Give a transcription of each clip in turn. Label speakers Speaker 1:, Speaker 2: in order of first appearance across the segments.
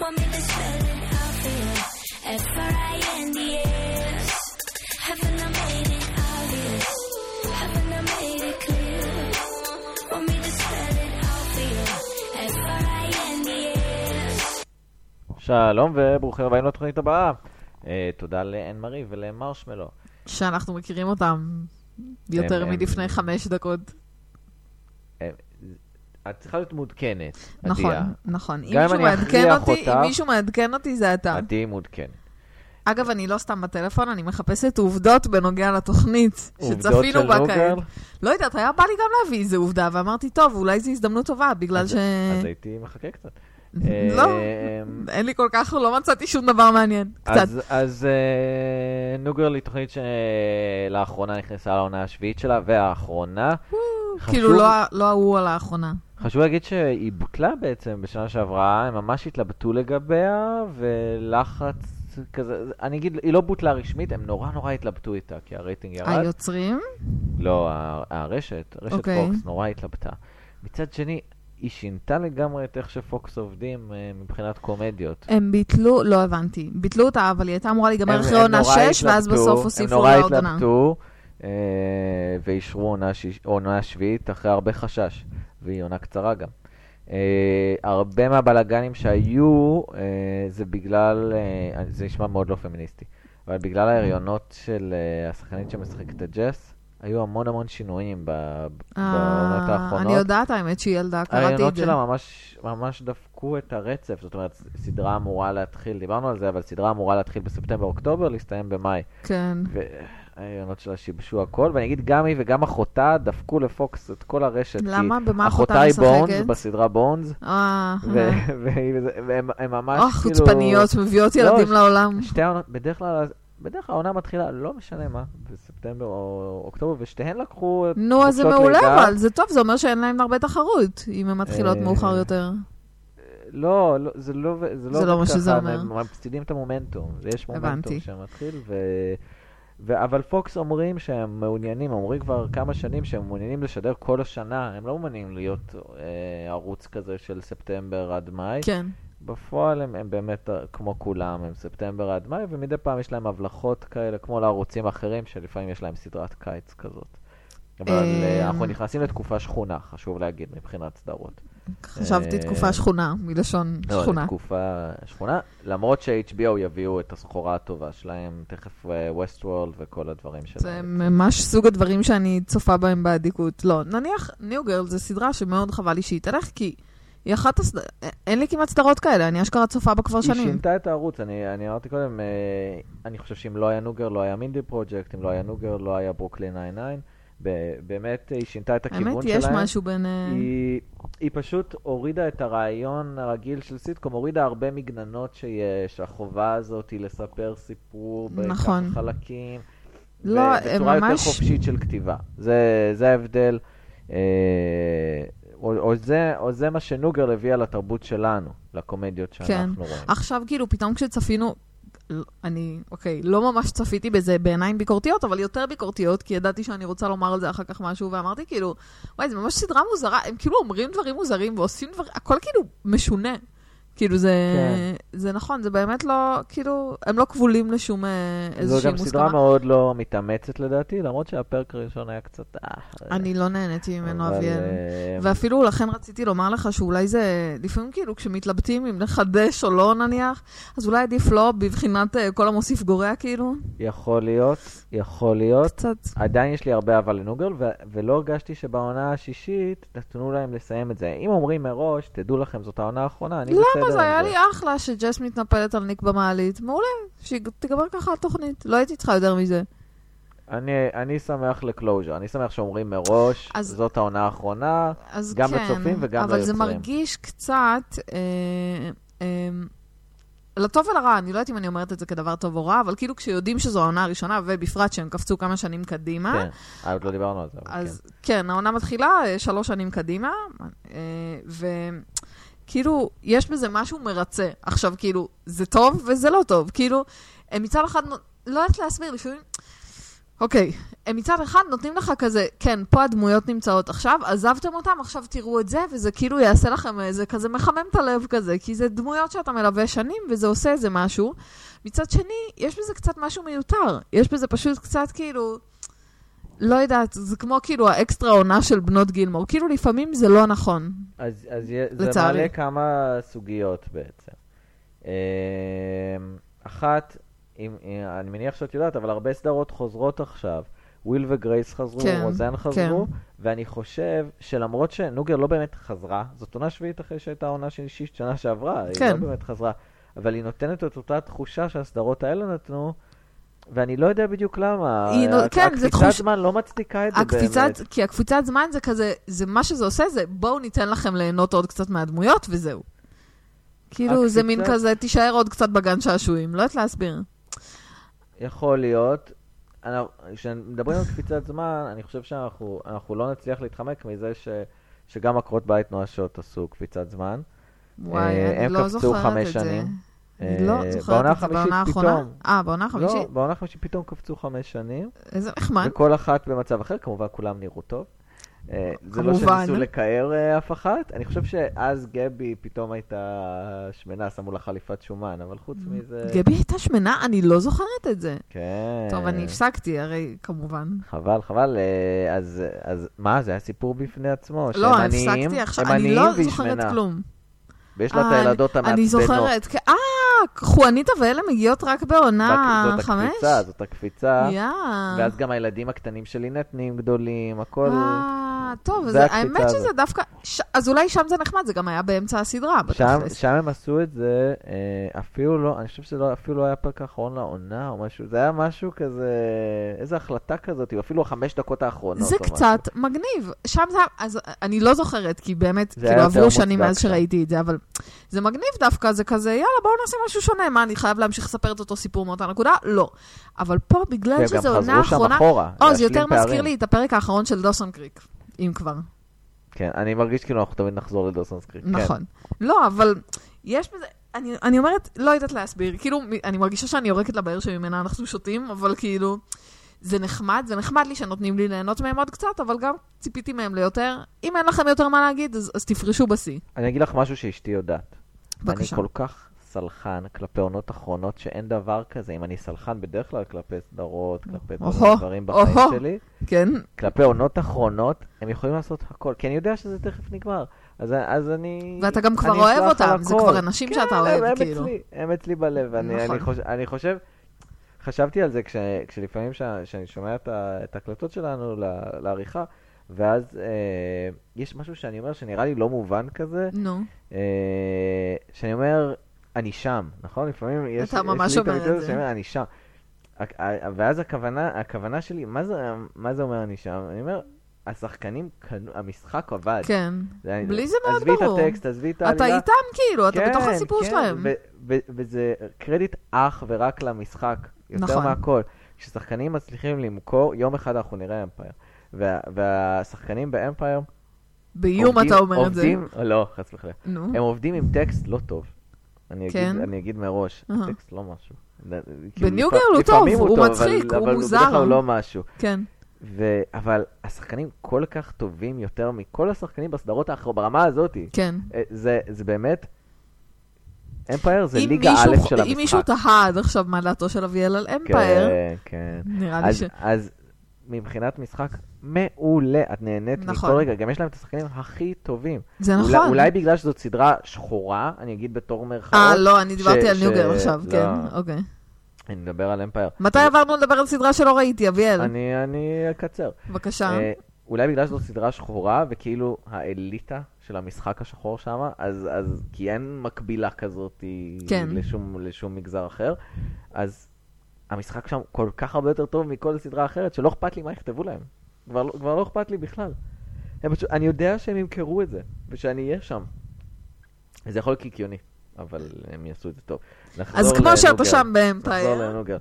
Speaker 1: Want me to spell it out for you? F R I N D S. Haven't I made it obvious? Haven't I made it clear? Want me to spell it out for you? F R I N D S.
Speaker 2: שלום וברוכים הבאים לתוכנית הבאה. אה, תודה לאן מארי ולמרשמלו.
Speaker 3: שאנחנו מכירים אותם יותר
Speaker 2: הם-
Speaker 3: מלפני
Speaker 2: הם-
Speaker 3: חמש דקות.
Speaker 2: את צריכה להיות מעודכנת,
Speaker 3: נכון,
Speaker 2: עדיה.
Speaker 3: נכון. אם
Speaker 2: גם אם
Speaker 3: מישהו
Speaker 2: אני
Speaker 3: מעדכן
Speaker 2: אכריח
Speaker 3: אותי,
Speaker 2: אותך-
Speaker 3: אם מישהו מעדכן אותי, זה אתה.
Speaker 2: את תהיי מעודכנת.
Speaker 3: אגב, אני לא סתם בטלפון, אני מחפשת עובדות בנוגע לתוכנית
Speaker 2: עובדות של
Speaker 3: שצפינו בה כעת.
Speaker 2: נוגל,
Speaker 3: לא יודעת, היה בא לי גם להביא איזה עובדה, ואמרתי, טוב, אולי זו הזדמנות טובה, בגלל
Speaker 2: אז-
Speaker 3: ש...
Speaker 2: אז הייתי מחכה קצת.
Speaker 3: לא,
Speaker 2: אה, אמ,
Speaker 3: אין לי כל כך, לא מצאתי שום דבר מעניין. קצת.
Speaker 2: אז, אז אה, נוגרל היא תוכנית שלאחרונה נכנסה לעונה השביעית שלה, והאחרונה. חשוב-
Speaker 3: כאילו, לא ה- לא ההוא על האחרונה.
Speaker 2: חשוב להגיד שהיא בוטלה בעצם בשנה שעברה, הם ממש התלבטו לגביה, ולחץ כזה, אני אגיד, היא לא בוטלה רשמית, הם נורא נורא התלבטו איתה, כי הרייטינג ירד.
Speaker 3: היוצרים?
Speaker 2: לא, ה- הרשת, רשת
Speaker 3: אוקיי.
Speaker 2: פוקס, נורא התלבטה. מצד שני, היא שינתה לגמרי את איך שפוקס עובדים אה, מבחינת קומדיות.
Speaker 3: הם ביטלו, לא הבנתי. ביטלו אותה, אבל היא הייתה אמורה להיגמר
Speaker 2: הם-
Speaker 3: אחרי
Speaker 2: הם
Speaker 3: עונה
Speaker 2: נורא
Speaker 3: 6, ואז
Speaker 2: התלבטו,
Speaker 3: בסוף הוסיפו לה
Speaker 2: הם
Speaker 3: עוד
Speaker 2: נורא
Speaker 3: עונה.
Speaker 2: התלבטו אה, ואישרו עונה שיש- עונה שביעית אחרי הרבה חשש, והיא עונה קצרה גם. אה, הרבה מהבלגנים שהיו, אה, זה בגלל, אה, זה נשמע מאוד לא פמיניסטי, אבל
Speaker 3: Mm.
Speaker 2: בגלל ההריונות של אה, השחקנית שמשחקת את ג'ס, היו המון המון שינויים ב- בעונות
Speaker 3: אה,
Speaker 2: האחרונות.
Speaker 3: אני יודעת, האמת שהיא ילדה, קראתי את
Speaker 2: הרעיונות
Speaker 3: זה.
Speaker 2: שלה ממש, ממש דפקו את הרצף, זאת אומרת, סדרה אמורה להתחיל, דיברנו על זה, אבל סדרה אמורה להתחיל בספטמבר-אוקטובר, להסתיים במאי.
Speaker 3: כן.
Speaker 2: והרעיונות שלה שיבשו הכל, ואני אגיד, גם היא וגם אחותה דפקו לפוקס את כל הרשת. כי
Speaker 3: למה? במה אחותה
Speaker 2: אחותה היא בונדס
Speaker 3: משחקת?
Speaker 2: בסדרה בונדס,
Speaker 3: אה,
Speaker 2: ו- והיא- והם הם ממש
Speaker 3: אה,
Speaker 2: כאילו...
Speaker 3: חוצפניות, מביאות
Speaker 2: לא,
Speaker 3: ילדים
Speaker 2: ש-
Speaker 3: לעולם.
Speaker 2: שתי העונות, בדרך כלל... בדרך כלל העונה מתחילה, לא משנה מה, בספטמבר או אוקטובר, ושתיהן לקחו...
Speaker 3: נו, אז זה
Speaker 2: חופשות
Speaker 3: מעולה,
Speaker 2: לידה.
Speaker 3: אבל זה טוב, זה אומר שאין להם הרבה תחרות, אם הן מתחילות
Speaker 2: אה,
Speaker 3: מאוחר יותר.
Speaker 2: לא, לא, זה לא, זה לא,
Speaker 3: זה לא
Speaker 2: עובד
Speaker 3: מה שזה
Speaker 2: ככה,
Speaker 3: אומר.
Speaker 2: הם מפסידים את המומנטום, יש מומנטום
Speaker 3: הבנתי.
Speaker 2: שמתחיל, ו... ו... אבל פוקס אומרים שהם מעוניינים, אומרים כבר כמה שנים שהם מעוניינים לשדר כל השנה, הם לא מעוניינים להיות אה, ערוץ כזה של ספטמבר עד מאי.
Speaker 3: כן.
Speaker 2: בפועל הם, הם באמת אה, כמו כולם, הם ספטמבר עד מאי, ומדי פעם יש להם הבלחות כאלה, כמו לערוצים האחרים, שלפעמים יש להם סדרת קיץ כזאת. אבל אה,
Speaker 3: אמ,
Speaker 2: אנחנו נכנסים לתקופה שכונה, חשוב להגיד, מבחינת סדרות.
Speaker 3: חשבתי
Speaker 2: אה,
Speaker 3: תקופה שכונה, מלשון
Speaker 2: לא,
Speaker 3: שכונה.
Speaker 2: לתקופה שכונה, למרות ש-HBO יביאו את הסחורה הטובה שלהם, תכף ווסט וורלד וכל הדברים שלהם.
Speaker 3: זה ממש סוג הדברים שאני צופה בהם באדיקות. לא, נניח ניו גרל זו סדרה שמאוד חבל לי שהיא תלך, כי היא אחת הסדרות, אין לי כמעט סדרות כאלה, אני אשכרה צופה בה כבר
Speaker 2: היא
Speaker 3: שנים.
Speaker 2: שינתה את הערוץ, אני, אני אמרתי קודם, אה, אני חושב שאם לא היה נוגר, לא היה מינדי פרויקט, אם לא היה נוגר, לא היה ברוקלין 99. ב- באמת, אה, היא שינתה את הכיוון
Speaker 3: האמת,
Speaker 2: שלהם.
Speaker 3: יש משהו בין... אה,
Speaker 2: היא, היא פשוט הורידה את הרעיון הרגיל של סיטקום, הורידה הרבה מגננות שיש, החובה הזאת היא לספר סיפור בכמה
Speaker 3: נכון.
Speaker 2: חלקים,
Speaker 3: לא,
Speaker 2: ובצורה
Speaker 3: הם
Speaker 2: יותר
Speaker 3: ממש-
Speaker 2: חופשית של כתיבה. זה, זה ההבדל, אה, או, או, זה, או זה מה שנוגר הביאה לתרבות שלנו, לקומדיות
Speaker 3: כן.
Speaker 2: שאנחנו רואים.
Speaker 3: עכשיו, כאילו, פתאום כשצפינו, אני, אוקיי, לא ממש צפיתי בזה בעיניים ביקורתיות, אבל יותר ביקורתיות, כי ידעתי שאני רוצה לומר על זה אחר כך משהו, ואמרתי, כאילו, וואי, זו ממש סדרה מוזרה, הם כאילו אומרים דברים מוזרים ועושים דברים, הכל כאילו משונה. כאילו, זה,
Speaker 2: כן.
Speaker 3: זה נכון, זה באמת לא, כאילו, הם לא כבולים לשום אה,
Speaker 2: זו
Speaker 3: איזושהי
Speaker 2: גם סדרה
Speaker 3: מוסכמה.
Speaker 2: מאוד לא מתאמצת לדעתי, למרות שהפרק הראשון היה קצת... אה,
Speaker 3: אני לא נהניתי ממנו,
Speaker 2: אבל,
Speaker 3: אביאל.
Speaker 2: אה,
Speaker 3: ואפילו לכן רציתי לומר לך שאולי זה, לפעמים כאילו כשמתלבטים אם לחדש או לא נניח, אז אולי עדיף לא בבחינת אה, כל המוסיף גורע כאילו,
Speaker 2: יכול להיות, יכול להיות.
Speaker 3: קצת.
Speaker 2: עדיין יש לי הרבה אהבה לנוגל, ו- ולא הרגשתי שבעונה השישית נתנו להם לסיים את זה. אם אומרים מראש, תדעו לכם, זאת העונה האחרונה, אני בסדר.
Speaker 3: למה זה
Speaker 2: עם
Speaker 3: היה לי אחלה שג'ס מתנפלת על ניק במעלית, מעולה, שתיגמר ככה התוכנית, לא הייתי צריכה יותר מזה.
Speaker 2: אני, אני שמח לקלוז'ר, אני שמח שאומרים מראש,
Speaker 3: אז-
Speaker 2: זאת העונה האחרונה.
Speaker 3: אז
Speaker 2: גם
Speaker 3: כן,
Speaker 2: לצופים וגם
Speaker 3: אבל זה
Speaker 2: ליוצרים.
Speaker 3: מרגיש קצת... אה, אה, לטוב ולרע, אני לא יודעת אם אני אומרת את זה כדבר טוב או רע, אבל כאילו כשיודעים שזו העונה הראשונה, ובפרט שהם קפצו כמה שנים קדימה,
Speaker 2: כן, אה, עוד לא דיברנו על זה. אבל
Speaker 3: אז כן. כן, העונה מתחילה אה, שלוש שנים קדימה, אה, וכאילו, יש בזה משהו מרצה. עכשיו, כאילו, זה טוב וזה לא טוב. כאילו, הם מצד אחד, נו- לא יודעת להסביר, לפעמים... אוקיי, הם מצד אחד נותנים לך כזה, כן, פה הדמויות נמצאות עכשיו, עזבתם אותם, עכשיו תראו את זה, וזה כאילו יעשה לכם, אה, זה כזה מחמם את הלב כזה, כי זה דמויות שאתה מלווה שנים, וזה עושה איזה משהו. מצד שני, יש בזה קצת משהו מיותר. יש בזה פשוט קצת כאילו, לא יודעת, זה כמו כאילו האקסטרה עונה של בנות גילמור. כאילו לפעמים זה לא נכון.
Speaker 2: אז, אז יה- זה
Speaker 3: לצערי.
Speaker 2: מעלה כמה סוגיות בעצם. אמ, אחת, אם, אה, אני מניח שאת יודעת, אבל הרבה סדרות חוזרות עכשיו. וויל וגרייס חזרו,
Speaker 3: כן,
Speaker 2: רוזן חזרו, ואני חושב שלמרות שנוגר לא באמת חזרה, זאת עונה שביעית אחרי שהייתה עונה של שישית שנה שעברה, היא לא
Speaker 3: כן.
Speaker 2: באמת חזרה, אבל היא נותנת את אותה תחושה שהסדרות האלה נתנו, ואני לא יודע בדיוק למה.
Speaker 3: היא נו-
Speaker 2: ה-
Speaker 3: כן, זה
Speaker 2: הקפיצת
Speaker 3: תחוש-
Speaker 2: זמן לא מצדיקה את זה
Speaker 3: הקפיצת,
Speaker 2: באמת.
Speaker 3: כי הקפיצת זמן זה כזה, זה מה שזה עושה, זה בואו ניתן לכם ליהנות עוד קצת מהדמויות וזהו. כאילו, זה מין
Speaker 2: הקפיצה-
Speaker 3: כזה, תישאר עוד קצת בגן שעשועים, לא יודעת להסביר.
Speaker 2: יכול להיות. אנחנו- כשמדברים על קפיצת זמן, אני חושב שאנחנו אנחנו לא נצליח להתחמק מזה ש, שגם עקרות בית נואשות עשו קפיצת זמן.
Speaker 3: וואי,
Speaker 2: אה,
Speaker 3: אני
Speaker 2: הם
Speaker 3: לא
Speaker 2: קפצו
Speaker 3: זוכרת
Speaker 2: חמש
Speaker 3: את זה.
Speaker 2: שנים.
Speaker 3: אני לא
Speaker 2: אה,
Speaker 3: זוכרת
Speaker 2: בעונה
Speaker 3: את זה
Speaker 2: החמישית
Speaker 3: בעונה האחרונה.
Speaker 2: פתאום.
Speaker 3: אה, בעונה החמישית?
Speaker 2: לא, בעונה החמישית פתאום קפצו חמש שנים,
Speaker 3: איזה נחמד.
Speaker 2: וכל אחת במצב אחר, כמובן כולם נראו טוב. אה, זה לא
Speaker 3: כמובן.
Speaker 2: שניסו לקער אה, אף אחת, אני חושב שאז גבי פתאום הייתה שמנה, שמו לה חליפת שומן, אבל חוץ
Speaker 3: אה,
Speaker 2: מזה...
Speaker 3: גבי הייתה שמנה, אני לא זוכרת את זה.
Speaker 2: כן.
Speaker 3: טוב, אני הפסקתי, הרי כמובן.
Speaker 2: חבל, חבל. אה, אז, אז מה, זה היה סיפור בפני עצמו. שהם
Speaker 3: לא,
Speaker 2: עניים-
Speaker 3: הפסקתי עכשיו,
Speaker 2: הם
Speaker 3: אני
Speaker 2: עניים
Speaker 3: לא
Speaker 2: והיא
Speaker 3: זוכרת
Speaker 2: שמנה.
Speaker 3: כלום.
Speaker 2: ויש לה
Speaker 3: אה,
Speaker 2: את הילדות המעצבנות.
Speaker 3: אני זוכרת, כן, אה, חואניטה ואלה מגיעות רק בעונה
Speaker 2: רק-
Speaker 3: אה, חמש?
Speaker 2: זאת הקפיצה, זאת הקפיצה.
Speaker 3: יאה.
Speaker 2: ואז גם הילדים הקטנים של לינט נהיים גדולים, הכל...
Speaker 3: אה, טוב,
Speaker 2: זה
Speaker 3: אז
Speaker 2: הקפיצה
Speaker 3: האמת שזה
Speaker 2: הזאת.
Speaker 3: דווקא, ש- אז אולי שם זה נחמד, זה גם היה באמצע הסדרה,
Speaker 2: שם,
Speaker 3: בתכלס.
Speaker 2: שם הם עשו את זה, אה, אפילו לא, אני חושב שזה לא, אפילו לא היה פרק האחרון לעונה או משהו, זה היה משהו כזה, איזה החלטה כזאת, אפילו החמש דקות האחרונות.
Speaker 3: זה
Speaker 2: או משהו.
Speaker 3: קצת מגניב. שם זה, אז אני לא זוכרת, כי באמת,
Speaker 2: זה היה
Speaker 3: כאילו
Speaker 2: יותר
Speaker 3: עברו שנים
Speaker 2: מוצדק
Speaker 3: מאז
Speaker 2: שם.
Speaker 3: שראיתי את זה, אבל זה מגניב דווקא, זה כזה, יאללה, בואו נעשה משהו שונה. מה, אני חייב להמשיך לספר את אותו סיפור מאותה נקודה? לא. אבל פה, בגלל
Speaker 2: והם
Speaker 3: שזו
Speaker 2: כן, גם
Speaker 3: עונה
Speaker 2: חזרו שם
Speaker 3: אחרונה...
Speaker 2: אחורה.
Speaker 3: או, זה
Speaker 2: להשלים
Speaker 3: יותר מזכיר
Speaker 2: פערים.
Speaker 3: לי את הפרק האחרון של דוסון קריק, אם כבר.
Speaker 2: כן, אני מרגיש כאילו אנחנו תמיד נחזור לדוסונס קריק. כן.
Speaker 3: נכון. לא, אבל יש בזה... אני, אני אומרת, לא יודעת להסביר. כאילו, מ- אני מרגישה שאני יורקת לבאר שממנה אנחנו שותים, אבל כאילו, זה נחמד, זה נחמד לי שנותנים לי ליהנות מהם עוד קצת, אבל גם ציפיתי מהם ליותר. אם אין לכם יותר מה להגיד, אז, אז תפרשו בשיא.
Speaker 2: אני אגיד לך משהו שאשתי יודעת.
Speaker 3: בבקשה.
Speaker 2: אני כל כך סלחן כלפי עונות אחרונות, שאין דבר כזה. אם אני סלחן בדרך כלל כלפי סדרות, כלפי כל
Speaker 3: אוהו,
Speaker 2: מיני דברים בחיים
Speaker 3: אוהו.
Speaker 2: שלי,
Speaker 3: כן?
Speaker 2: כלפי עונות אחרונות, הם יכולים לעשות הכל. כי אני יודע שזה תכף נגמר. אז, אז אני...
Speaker 3: ואתה גם כבר
Speaker 2: אני
Speaker 3: אוהב
Speaker 2: אסלח על
Speaker 3: אותם, זה
Speaker 2: הכל.
Speaker 3: כבר אנשים
Speaker 2: כן,
Speaker 3: שאתה
Speaker 2: הם,
Speaker 3: אוהב,
Speaker 2: הם
Speaker 3: כאילו.
Speaker 2: אצלי, הם אצלי בלב. אני,
Speaker 3: נכון.
Speaker 2: אני, חושב, אני חושב, חשבתי על זה כש, כשלפעמים כשאני שומע את ה- את ההקלטות שלנו ל- לעריכה, ואז אה, יש משהו שאני אומר שנראה לי לא מובן כזה,
Speaker 3: נו.
Speaker 2: אה, שאני אומר, אני שם, נכון? לפעמים יש...
Speaker 3: אתה
Speaker 2: יש
Speaker 3: ממש
Speaker 2: לי את
Speaker 3: אומר
Speaker 2: הביטוי
Speaker 3: את
Speaker 2: הזה
Speaker 3: זה.
Speaker 2: שאני אומר, אני שם. הכ- ה- ואז הכוונה, הכוונה שלי, מה זה, מה זה אומר אני שם? אני אומר, השחקנים קנו, המשחק עבד.
Speaker 3: כן.
Speaker 2: זה-
Speaker 3: בלי זה מאוד ברור.
Speaker 2: עזבי את הטקסט, עזבי את
Speaker 3: אתה
Speaker 2: העלילה.
Speaker 3: איתם, כאילו, אתה בתוך הסיפור
Speaker 2: כן,
Speaker 3: שלהם.
Speaker 2: ו- ו- וזה קרדיט אך ורק למשחק, יותר
Speaker 3: נכון.
Speaker 2: מהכל. כששחקנים מצליחים למכור, יום אחד אנחנו נראה אמפייר. וה- והשחקנים באמפייר
Speaker 3: באיום אתה אומר את זה.
Speaker 2: עובדים, לא, חס וחלילה.
Speaker 3: נו.
Speaker 2: הם עובדים עם טקסט לא טוב. אני אגיד,
Speaker 3: כן?
Speaker 2: אני אגיד מראש,
Speaker 3: אהה.
Speaker 2: הטקסט לא משהו. כאילו,
Speaker 3: בניו
Speaker 2: לפ-
Speaker 3: גרל הוא טוב,
Speaker 2: לפעמים
Speaker 3: הוא
Speaker 2: אבל-
Speaker 3: מצחיק, הוא
Speaker 2: אבל
Speaker 3: מוזר.
Speaker 2: בדרך כלל הוא לא משהו.
Speaker 3: כן.
Speaker 2: ו... אבל השחקנים כל כך טובים יותר מכל השחקנים בסדרות האחרות, ברמה הזאת.
Speaker 3: כן.
Speaker 2: אה, זה, זה באמת, אמפייר זה
Speaker 3: אם
Speaker 2: ליגה
Speaker 3: מישהו-
Speaker 2: א' של המשחק.
Speaker 3: אם מישהו תהה עד עכשיו מה דעתו של אביאל על אמפייר,
Speaker 2: כן, כן.
Speaker 3: נראה לי ש...
Speaker 2: אז, אז מבחינת משחק מעולה, את נהנית
Speaker 3: נכון.
Speaker 2: מכל רגע, גם יש להם את השחקנים הכי טובים.
Speaker 3: זה
Speaker 2: אולי-
Speaker 3: נכון.
Speaker 2: אולי בגלל שזאת סדרה שחורה, אני אגיד בתור מירכאות.
Speaker 3: אה, לא, אני דיברתי
Speaker 2: ש-
Speaker 3: על
Speaker 2: ש-
Speaker 3: ניוגר עכשיו,
Speaker 2: לא.
Speaker 3: כן, אוקיי.
Speaker 2: אני מדבר על אמפייר.
Speaker 3: מתי עברנו לדבר על סדרה שלא ראיתי, אביאל?
Speaker 2: אני אני אקצר.
Speaker 3: בבקשה.
Speaker 2: אה, אולי בגלל שזאת סדרה שחורה, וכאילו האליטה של המשחק השחור שם, אז, אז כי אין מקבילה כזאת היא
Speaker 3: כן.
Speaker 2: לשום, לשום מגזר אחר, אז המשחק שם כל כך הרבה יותר טוב מכל סדרה אחרת, שלא אכפת לי מה יכתבו להם. כבר, לא- כבר לא אכפת לי בכלל. הם פשוט, אני יודע שהם ימכרו את זה, ושאני אהיה שם. זה יכול להיות קיקיוני, אבל הם יעשו את זה טוב.
Speaker 3: אז
Speaker 2: נחזור
Speaker 3: כמו שאתה
Speaker 2: לנוגה.
Speaker 3: שם אה,
Speaker 2: נחזור
Speaker 3: באמפייר,
Speaker 2: לנוגל.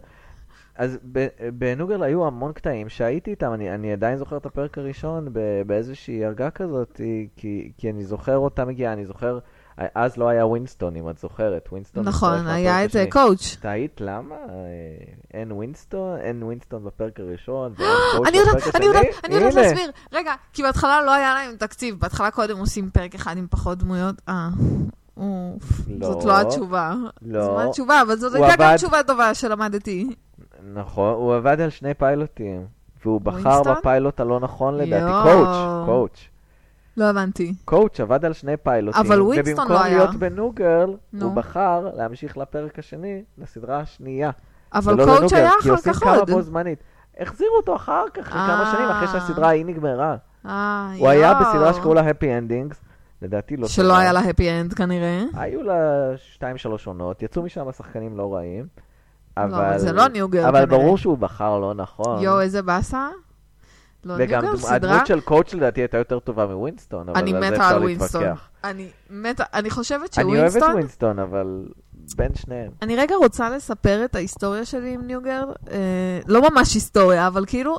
Speaker 2: אז ב- בנוגל היו המון קטעים שהייתי איתם, אני, אני עדיין זוכר את הפרק הראשון ב- באיזושהי הרגה כזאת, כי, כי אני זוכר אותה מגיעה, אני זוכר, אז לא היה ווינסטון, אם את זוכרת. ווינסטון... הצטרף
Speaker 3: נכון,
Speaker 2: לפרק
Speaker 3: היה את
Speaker 2: השני.
Speaker 3: קואוץ'.
Speaker 2: תהית למה אה, אין ווינסטון, אין ווינסטון בפרק הראשון, ואין קואוץ'
Speaker 3: אני יודעת,
Speaker 2: בפרק
Speaker 3: אני
Speaker 2: השני?
Speaker 3: יודעת, אני יודעת
Speaker 2: הנה.
Speaker 3: להסביר. רגע, כי בהתחלה לא היה להם תקציב, בהתחלה קודם עושים פרק אחד עם פחות דמויות. אה, אוף,
Speaker 2: לא.
Speaker 3: זאת לא התשובה.
Speaker 2: לא.
Speaker 3: זאת לא התשובה, אבל זאת
Speaker 2: הוא
Speaker 3: הייתה גם
Speaker 2: עבד-
Speaker 3: תשובה טובה שלמדתי.
Speaker 2: נכון, הוא עבד על שני פיילוטים, והוא בחר
Speaker 3: ווינסטון?
Speaker 2: בפיילוט הלא נכון לדעתי.
Speaker 3: יואו.
Speaker 2: קואוץ', קואוץ'.
Speaker 3: לא הבנתי.
Speaker 2: קואוץ' עבד על שני פיילוטים,
Speaker 3: אבל ווינסטון
Speaker 2: ובמקום
Speaker 3: לא היה.
Speaker 2: להיות בניו גרל,
Speaker 3: נו.
Speaker 2: הוא בחר להמשיך לפרק השני, לסדרה השנייה.
Speaker 3: אבל
Speaker 2: ולא לניו
Speaker 3: קואוץ'
Speaker 2: גרל,
Speaker 3: היה
Speaker 2: כי
Speaker 3: אחר כך
Speaker 2: עושים כמה
Speaker 3: עוד.
Speaker 2: בו זמנית. החזירו אותו אחר כך, כמה
Speaker 3: אה.
Speaker 2: שנים אחרי שהסדרה ההיא נגמרה.
Speaker 3: אה,
Speaker 2: הוא היה
Speaker 3: יואו.
Speaker 2: בסדרה שקראו לה הפי אנדינגס, לדעתי לא...
Speaker 3: שלא
Speaker 2: סדרה.
Speaker 3: היה לה הפי אנד כנראה.
Speaker 2: היו לה שתיים שלוש עונות, יצאו משם שחקנים לא רעים.
Speaker 3: לא,
Speaker 2: אבל...
Speaker 3: אבל זה לא ניו גרל
Speaker 2: אבל
Speaker 3: כנראה.
Speaker 2: ברור שהוא בחר לא נכון.
Speaker 3: יואו, איזה באסה. לא, ניו
Speaker 2: וגם
Speaker 3: גרל
Speaker 2: דמ-
Speaker 3: סדרה.
Speaker 2: הדמות של קואוצ' לדעתי הייתה יותר טובה מווינסטון, אבל
Speaker 3: אני
Speaker 2: על זה
Speaker 3: מתה
Speaker 2: אפשר
Speaker 3: על ווינסטון.
Speaker 2: להתווכח.
Speaker 3: אני מתה, אני חושבת
Speaker 2: אני אוהב את
Speaker 3: שווינסטון...
Speaker 2: ווינסטון, אבל בין שניהם.
Speaker 3: אני רגע רוצה לספר את ההיסטוריה שלי עם ניוגר. אה, לא ממש היסטוריה, אבל כאילו,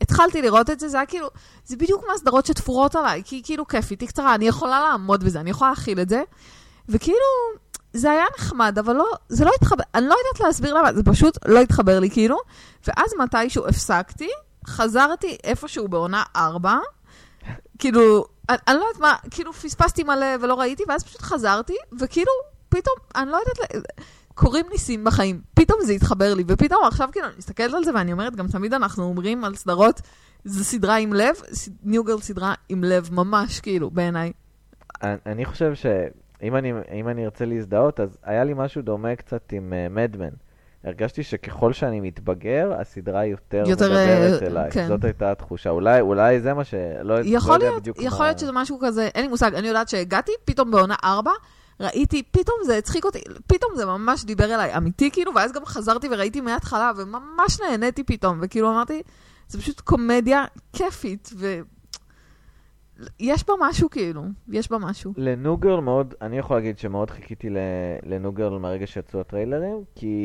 Speaker 3: התחלתי לראות את זה, זה היה כאילו, זה בדיוק מהסדרות שתפורות עליי, כי היא כאילו כיפית, היא קצרה, אני יכולה לעמוד בזה, אני יכולה להכיל את זה. וכאילו, זה היה נחמד, אבל לא, זה לא התחבר, אני לא יודעת להסביר למה, זה פשוט לא התחבר לי כאילו. ואז מתישהו הפסקתי, חזרתי איפשהו בעונה 4, כאילו, אני, אני לא יודעת מה, כאילו פספסתי מלא ולא ראיתי, ואז פשוט חזרתי, וכאילו, פתאום, אני לא יודעת, ל- קורים ניסים בחיים, פתאום זה התחבר לי, ופתאום עכשיו כאילו, אני מסתכלת על זה ואני אומרת, גם תמיד אנחנו אומרים על סדרות, זו סדרה עם לב, ניו גרל סדרה עם לב ממש, כאילו, בעיניי.
Speaker 2: אני- אני חושב שאם אני, אם אני ארצה להזדהות, אז היה לי משהו דומה קצת עם אה, מדמן. הרגשתי שככל שאני מתבגר, הסדרה יותר,
Speaker 3: יותר,
Speaker 2: מדברת
Speaker 3: אה,
Speaker 2: אליי.
Speaker 3: כן.
Speaker 2: זאת הייתה התחושה. אולי, אולי זה מה ש... לא, לא
Speaker 3: יכול
Speaker 2: יודע
Speaker 3: להיות,
Speaker 2: בדיוק
Speaker 3: יכול
Speaker 2: מה...
Speaker 3: להיות שזה משהו כזה, אין לי מושג, אני יודעת שהגעתי, פתאום בעונה 4, ראיתי, פתאום זה הצחיק אותי, פתאום זה ממש דיבר אליי, אמיתי כאילו, ואז גם חזרתי וראיתי מההתחלה, וממש נהניתי פתאום, וכאילו אמרתי, זה פשוט קומדיה כיפית, ו... יש בה משהו כאילו, יש בה משהו.
Speaker 2: לנוגרל מאוד, אני יכול להגיד שמאוד חיכיתי ל- לנוגרל מהרגע שיצאו הטריילרים, כי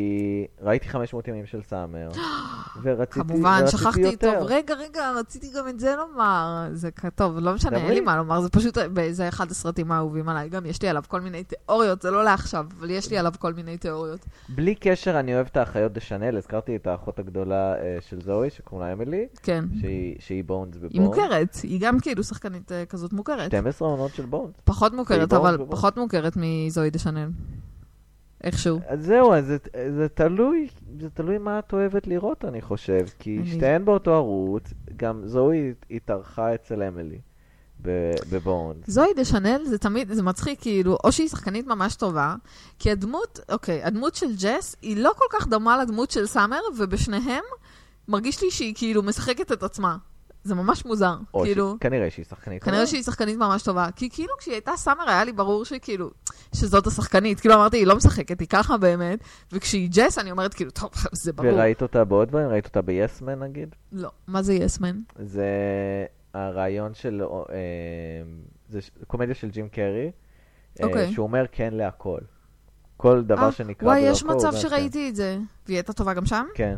Speaker 2: ראיתי 500 ימים של סאמר, ורציתי,
Speaker 3: כמובן,
Speaker 2: ורציתי
Speaker 3: שכחתי
Speaker 2: יותר.
Speaker 3: טוב, רגע, רגע, רציתי גם את זה לומר. זה כ- טוב, לא משנה, אין
Speaker 2: דברי.
Speaker 3: לי מה לומר, זה פשוט, ב- זה אחד הסרטים האהובים עליי, גם יש לי עליו כל מיני תיאוריות, זה לא לעכשיו, אבל יש לי עליו כל מיני תיאוריות.
Speaker 2: בלי קשר, אני אוהב את האחיות דה שאנל, הזכרתי את האחות הגדולה אה, של זוהי, שקוראים לה אמילי,
Speaker 3: כן.
Speaker 2: שהיא- שהיא בונדס בבונדס.
Speaker 3: היא מוכרת, היא גם כאילו שחקנית אה, כזאת מוכרת.
Speaker 2: 12 עונות של בונדס.
Speaker 3: פחות מוכרת,
Speaker 2: והיא
Speaker 3: אבל
Speaker 2: בונדס,
Speaker 3: פחות מוכרת מזוהי דשנן. איכשהו.
Speaker 2: אז זהו, אז זה, זה תלוי, זה תלוי מה את אוהבת לראות, אני חושב, כי
Speaker 3: אני-
Speaker 2: שתיהן באותו ערוץ, גם זוהי התארחה אצל אמילי ב- בבונדס.
Speaker 3: זוהי דשנל זה תמיד, זה מצחיק, כאילו, או שהיא שחקנית ממש טובה, כי הדמות, אוקיי, הדמות של ג'ס היא לא כל כך דומה לדמות של סאמר, ובשניהם מרגיש לי שהיא כאילו משחקת את עצמה. זה ממש מוזר,
Speaker 2: או
Speaker 3: כאילו.
Speaker 2: שהיא- כנראה שהיא שחקנית.
Speaker 3: כנראה
Speaker 2: אבל-
Speaker 3: שהיא שחקנית ממש טובה, כי כאילו כשהיא הייתה סאמר היה לי ברור שכאילו, שזאת השחקנית, כאילו אמרתי, היא לא משחקת, היא ככה באמת, וכשהיא ג'ס אני אומרת כאילו, טוב, זה ברור.
Speaker 2: וראית אותה בעוד דברים? ראית אותה ביסמן נגיד?
Speaker 3: לא, מה זה יסמן?
Speaker 2: זה הרעיון של... אה, זה ש- קומדיה של ג'ים קרי, אה,
Speaker 3: אוקיי.
Speaker 2: שהוא אומר כן להכל. כל דבר
Speaker 3: אה,
Speaker 2: שנקרא
Speaker 3: וואי,
Speaker 2: בדרכו
Speaker 3: יש
Speaker 2: הוא
Speaker 3: מצב
Speaker 2: גם כן.
Speaker 3: שראיתי את זה. והיא הייתה טובה גם שם?
Speaker 2: כן.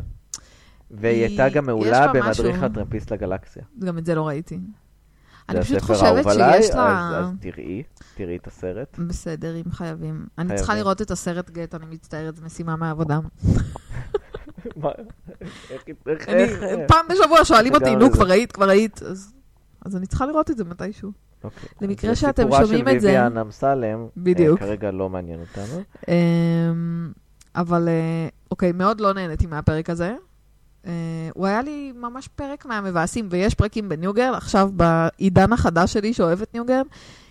Speaker 2: והיא הייתה
Speaker 3: היא-
Speaker 2: גם
Speaker 3: יש
Speaker 2: מעולה
Speaker 3: בה משהו.
Speaker 2: במדריך הטרמפיסט לגלקסיה.
Speaker 3: גם את זה לא ראיתי.
Speaker 2: זה
Speaker 3: אני פשוט
Speaker 2: הספר
Speaker 3: חושבת
Speaker 2: האהוב עליי,
Speaker 3: שיש לה...
Speaker 2: אז, אז תראי, תראי את הסרט.
Speaker 3: בסדר, אם חייבים. אני צריכה
Speaker 2: חייבים.
Speaker 3: לראות את הסרט גט, אני מצטערת, זו משימה מהעבודה.
Speaker 2: מה? איך- איך-
Speaker 3: אני-
Speaker 2: איך- איך?
Speaker 3: פעם בשבוע שואלים אותי,
Speaker 2: גם לא
Speaker 3: נו,
Speaker 2: לזה.
Speaker 3: כבר ראית, כבר ראית. אז- אז אני צריכה לראות את זה מתישהו.
Speaker 2: אוקיי.
Speaker 3: למקרה
Speaker 2: אז
Speaker 3: שאתם
Speaker 2: סיפורה
Speaker 3: שומעים
Speaker 2: של
Speaker 3: את זה.
Speaker 2: ויויאן אמסלם, אה,
Speaker 3: בדיוק.
Speaker 2: כרגע לא מעניין אותנו.
Speaker 3: אמ, אבל אה, אוקיי, מאוד לא נהניתי מהפרק הזה. אה, הוא היה לי ממש פרק מהמבאסים, ויש פרקים בניוגרל, עכשיו בעידן החדש שלי שאוהב את ניוגרל,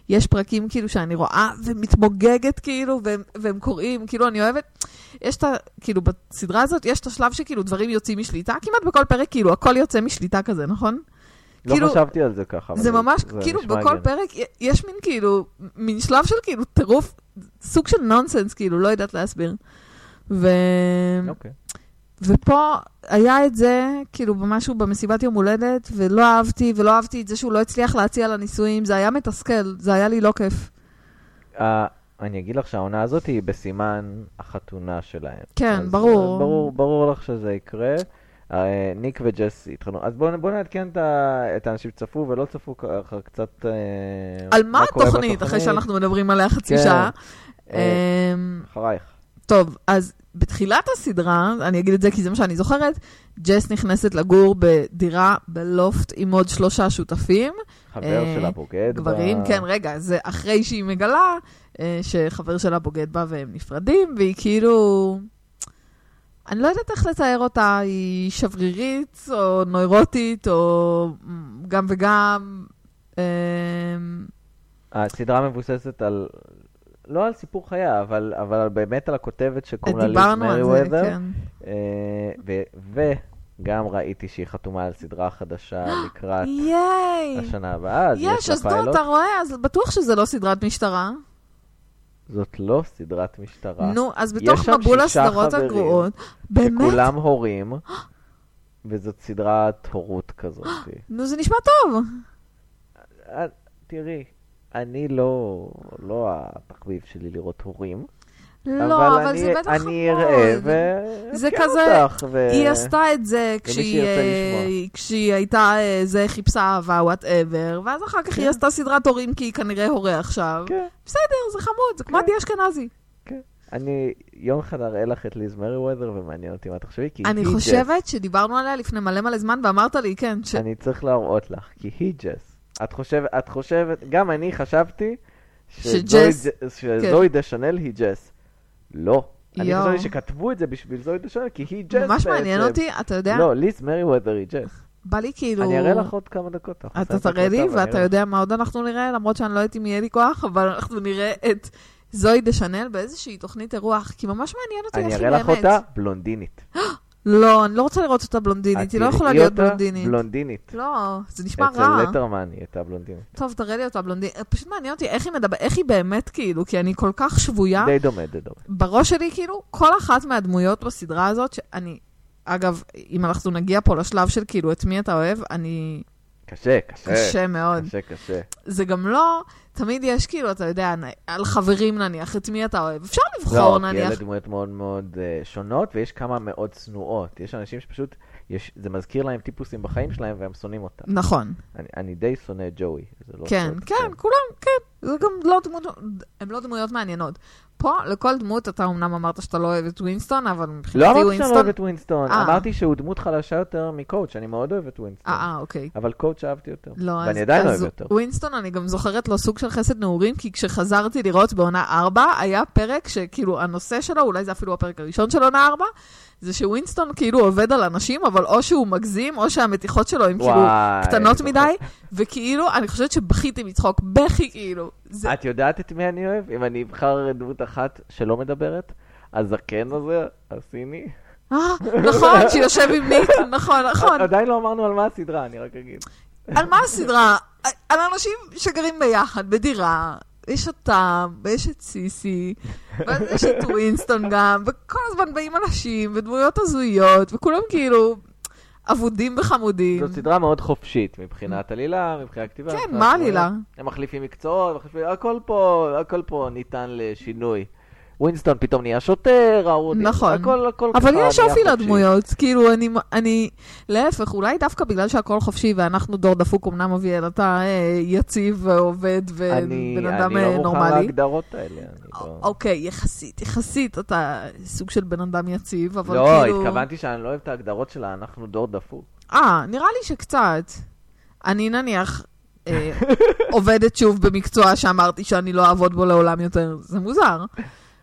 Speaker 3: יש פרקים כאילו שאני רואה ומתמוגגת כאילו, והם, והם קוראים, כאילו אני אוהבת, יש את ה... כאילו בסדרה הזאת יש את השלב שכאילו דברים יוצאים משליטה, כמעט בכל פרק כאילו הכל יוצא משליטה כזה, נכון?
Speaker 2: לא
Speaker 3: כאילו,
Speaker 2: חשבתי על זה ככה. אבל
Speaker 3: זה ממש, כאילו,
Speaker 2: נשמע
Speaker 3: בכל
Speaker 2: הגיוני.
Speaker 3: פרק י- יש מין כאילו, מין שלב של כאילו טירוף, סוג של נונסנס, כאילו, לא יודעת להסביר. ו...
Speaker 2: אוקיי.
Speaker 3: ופה היה את זה, כאילו, במשהו במסיבת יום הולדת, ולא אהבתי, ולא אהבתי את זה שהוא לא הצליח להציע לה נישואים, זה היה מתסכל, זה היה לי לא כיף.
Speaker 2: אה, אני אגיד לך שהעונה הזאת היא בסימן החתונה שלהם.
Speaker 3: כן,
Speaker 2: אז,
Speaker 3: ברור.
Speaker 2: אה, ברור. ברור לך שזה יקרה. אה, ניק וג'ס התחלנו. אז בואו בוא נעדכן את, ה- את האנשים שצפו ולא צפו ככה קצת... אה,
Speaker 3: על מה
Speaker 2: קורה
Speaker 3: התוכנית, אחרי
Speaker 2: בתוכנית.
Speaker 3: שאנחנו מדברים עליה חצי
Speaker 2: כן.
Speaker 3: שעה?
Speaker 2: אה,
Speaker 3: אמ,
Speaker 2: אחרייך.
Speaker 3: טוב, אז בתחילת הסדרה, אני אגיד את זה כי זה מה שאני זוכרת, ג'ס נכנסת לגור בדירה בלופט עם עוד שלושה שותפים,
Speaker 2: חבר
Speaker 3: אה,
Speaker 2: שלה בוגד. בה.
Speaker 3: גברים, כן, רגע, זה אחרי שהיא מגלה אה, שחבר שלה בוגד בה והם נפרדים, והיא כאילו... אני לא יודעת איך לתאר אותה, היא שברירית או נוירוטית או גם וגם. אה,
Speaker 2: הסדרה מבוססת על... לא על סיפור חייה, אבל, אבל על- באמת על הכותבת שקוראים לה ליז
Speaker 3: דיברנו על זה,
Speaker 2: מריוויזר.
Speaker 3: כן.
Speaker 2: אה, ו- וגם ראיתי שהיא חתומה על סדרה חדשה לקראת
Speaker 3: ייי!
Speaker 2: אה, השנה הבאה, אז
Speaker 3: יש,
Speaker 2: יש לה
Speaker 3: אז נו,
Speaker 2: פיילוט.
Speaker 3: אתה רואה, אז בטוח שזה לא סדרת משטרה.
Speaker 2: זאת לא סדרת משטרה.
Speaker 3: נו, אז
Speaker 2: יש
Speaker 3: בתוך
Speaker 2: שם
Speaker 3: מבול
Speaker 2: שישה
Speaker 3: הסדרות
Speaker 2: חברים
Speaker 3: הגרועות, באמת,
Speaker 2: שכולם הורים, וזאת סדרת הורות כזאת.
Speaker 3: נו, זה נשמע טוב.
Speaker 2: אה, תראי, אני לא, לא התחביב שלי לראות הורים,
Speaker 3: לא, אבל
Speaker 2: אני, אה,
Speaker 3: זה בטח חמוד.
Speaker 2: אני אראה
Speaker 3: זה
Speaker 2: ואעדכן
Speaker 3: כזה,
Speaker 2: אותך. ו...
Speaker 3: היא עשתה את זה
Speaker 2: אה, למי
Speaker 3: כשהיא
Speaker 2: שירצה
Speaker 3: אה, כשהיא הייתה, אה, זה חיפשה אהבה, וואטאבר, ואז אחר כך היא עשתה סדרת הורים כי היא כנראה הורה עכשיו.
Speaker 2: כן,
Speaker 3: בסדר, זה חמוד, זה כמו עדי אשכנזי.
Speaker 2: כן. אני יום אחד אראה לך את ליז מרי ומעניין אותי מה תחשבי, כי
Speaker 3: אני
Speaker 2: היא ג'ס.
Speaker 3: חושבת שדיברנו עליה לפני מלא מלא זמן, ואמרת לי, כן, ש-
Speaker 2: אני צריך להראות לך, כי היא ג'ס. את חושבת, את חושבת, גם אני חשבתי שזוהי
Speaker 3: שג'ס- כן.
Speaker 2: ד- שזוהי דשנל היא ג'ס. לא. אני
Speaker 3: יואו.
Speaker 2: חשבתי שכתבו את זה בשביל זוהי דשנל, כי היא ג'ס בעצם.
Speaker 3: ממש מעניין אותי, אתה יודע,
Speaker 2: לא, ליז מרי וודר היא ג'ס.
Speaker 3: בא לי כאילו...
Speaker 2: אני אראה לך עוד כמה דקות. אנחנו
Speaker 3: אתה
Speaker 2: נסיים את
Speaker 3: תראה לי,
Speaker 2: הקלטה ואני
Speaker 3: ואתה
Speaker 2: אראה
Speaker 3: יודע מה עוד אנחנו נראה, למרות שאני לא יודעת אם יהיה לי כוח, אבל אנחנו נראה את זוהי דה שנל באיזושהי תוכנית אירוח, כי ממש
Speaker 2: לך.
Speaker 3: מעניין אותי
Speaker 2: אני
Speaker 3: איך היא
Speaker 2: אראה
Speaker 3: נראית.
Speaker 2: לך אותה בלונדינית.
Speaker 3: לא, אני לא רוצה לראות אותה בלונדינית,
Speaker 2: את
Speaker 3: היא לא יכולה
Speaker 2: תראי
Speaker 3: להיות
Speaker 2: אותה
Speaker 3: בלונדינית.
Speaker 2: בלונדינית.
Speaker 3: לא, זה נשמע רע.
Speaker 2: אצל לטרמן היא הייתה בלונדינית.
Speaker 3: טוב, תראה לי אותה בלונדינית. פשוט מעניין אותי איך היא מדברת, איך היא באמת כאילו, כי אני כל כך שבויה.
Speaker 2: די דומה, די דומה.
Speaker 3: בראש שלי, כאילו, כל אחת מהדמויות בסדרה הזאת, שאני... אגב, אם אנחנו נגיע פה לשלב של כאילו, את מי אתה אוהב, אני...
Speaker 2: קשה, קשה.
Speaker 3: קשה מאוד.
Speaker 2: קשה, קשה.
Speaker 3: זה גם לא, תמיד יש כאילו, אתה יודע, נ- על חברים נניח, את מי אתה אוהב. אפשר לבחור
Speaker 2: לא, כי
Speaker 3: נניח.
Speaker 2: אלה דמויות מאוד מאוד אה, שונות, ויש כמה מאוד צנועות. יש אנשים שפשוט, יש, זה מזכיר להם טיפוסים בחיים שלהם, והם שונאים אותם.
Speaker 3: נכון,
Speaker 2: אני, אני די שונא את ג'וי. זה לא
Speaker 3: כן,
Speaker 2: סוד,
Speaker 3: כן, כולם, כן. זה גם לא דמות, הם לא דמויות מעניינות. פה, לכל דמות, אתה אמנם אמרת שאתה לא אוהב את ווינסטון, אבל
Speaker 2: לא
Speaker 3: מבחינתי
Speaker 2: אמרתי שאני לא
Speaker 3: ווינסטון...
Speaker 2: אוהב את ווינסטון,
Speaker 3: אה.
Speaker 2: אמרתי שהוא דמות חלשה יותר מקואוצ', אני מאוד אוהב את ווינסטון.
Speaker 3: אה, אה, אוקיי.
Speaker 2: אבל קואוצ' אהבתי יותר.
Speaker 3: לא, אז,
Speaker 2: כן. ואני עדיין אוהב
Speaker 3: אז
Speaker 2: יותר.
Speaker 3: ווינסטון, אני גם זוכרת לו סוג של חסד נעורים, כי כשחזרתי לראות בעונה 4, היה פרק שכאילו הנושא שלו, אולי זה אפילו הפרק הראשון של עונה 4, זה שווינסטון כאילו עובד על אנשים, אבל או שהוא מגזים, או שהמתיחות שלו הן כאילו
Speaker 2: וואי,
Speaker 3: קטנות
Speaker 2: אני
Speaker 3: מדי, וכאילו, אני חושבת שבכיתי מצחוק, בכי כאילו. זה...
Speaker 2: את יודעת את מי אני אוהב? אם אני אבחר דמות אחת שלא מדברת, הזקן הזה, הסיני.
Speaker 3: אה, נכון, שיושב עם ניק, נכון, נכון.
Speaker 2: עדיין לא אמרנו על מה הסדרה, אני רק אגיד.
Speaker 3: על מה הסדרה? על אנשים שגרים ביחד, בדירה. יש אותם, ויש את סיסי, ואז יש את ווינסטון גם, וכל הזמן באים אנשים, ודמויות הזויות, וכולם כאילו אבודים וחמודים.
Speaker 2: זאת סדרה מאוד חופשית מבחינת עלילה, מבחינת כתיבה.
Speaker 3: כן,
Speaker 2: מבחינת
Speaker 3: מה
Speaker 2: דמויות.
Speaker 3: עלילה?
Speaker 2: הם מחליפים מקצועות, מחליפים- הכל פה, הכל פה ניתן לשינוי. ווינסטון פתאום נהיה שוטר, ההוא...
Speaker 3: נכון.
Speaker 2: הכל, הכל ככה
Speaker 3: אבל יש
Speaker 2: נהיה
Speaker 3: אופי
Speaker 2: חופשי.
Speaker 3: לדמויות, כאילו אני, אני, להפך, אולי דווקא בגלל שהכל חופשי ואנחנו דור דפוק, אמנם אביאל, אתה אה, יציב ועובד
Speaker 2: אני,
Speaker 3: ובן אדם
Speaker 2: אני
Speaker 3: אה,
Speaker 2: לא מוכן
Speaker 3: נורמלי.
Speaker 2: להגדרות האלה. אני לא...
Speaker 3: אוקיי, יחסית, יחסית אתה סוג של בן אדם יציב, אבל
Speaker 2: לא,
Speaker 3: כאילו...
Speaker 2: התכוונתי שאני לא אוהב את ההגדרות שלה, אנחנו דור דפוק.
Speaker 3: אה, נראה לי שקצת. אני נניח אה, עובדת שוב במקצוע שאמרתי שאני לא אעבוד בו לעולם יותר, זה מוזר.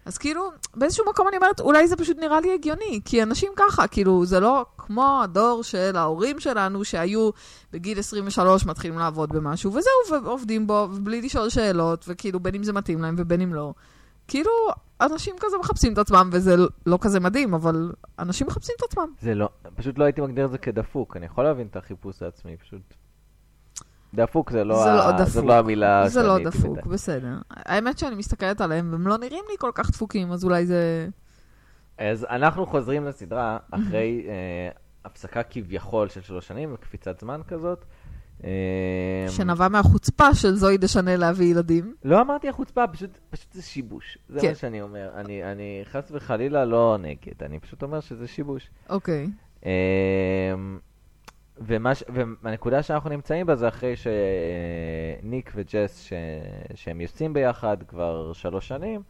Speaker 3: אז כאילו, באיזשהו מקום אני אומרת, אולי זה פשוט נראה לי הגיוני, כי אנשים ככה, כאילו, זה לא כמו הדור של ההורים שלנו שהיו בגיל 23 מתחילים לעבוד במשהו, וזהו, ועובדים בו, ובלי לשאול שאלות, וכאילו, בין אם זה מתאים להם ובין אם לא. כאילו, אנשים כזה מחפשים את עצמם, וזה לא כזה מדהים, אבל אנשים מחפשים את עצמם.
Speaker 2: זה לא, פשוט לא הייתי מגדיר את זה כדפוק, אני יכול להבין את החיפוש העצמי, פשוט... דפוק זה לא,
Speaker 3: זה לא
Speaker 2: ה... זאת
Speaker 3: דפוק.
Speaker 2: לא המילה
Speaker 3: זה
Speaker 2: שאני
Speaker 3: לא
Speaker 2: הייתי
Speaker 3: דפוק,
Speaker 2: מדי.
Speaker 3: בסדר. האמת שאני מסתכלת עליהם, והם לא נראים לי כל כך דפוקים, אז אולי זה...
Speaker 2: אז אנחנו חוזרים לסדרה אחרי אה, הפסקה כביכול של שלוש שנים, קפיצת זמן כזאת. אה,
Speaker 3: שנבע מהחוצפה של זוהי דשנה להביא ילדים.
Speaker 2: לא אמרתי החוצפה, פשוט, פשוט זה שיבוש. זה
Speaker 3: כן.
Speaker 2: מה שאני אומר. אני, אני חס וחלילה לא נגד, אני פשוט אומר שזה שיבוש.
Speaker 3: אוקיי.
Speaker 2: Uh, אמ, ומה ש- והנקודה שאנחנו נמצאים בה זה אחרי שניק וג'ס, ש... שהם יוצאים ביחד כבר שלוש שנים,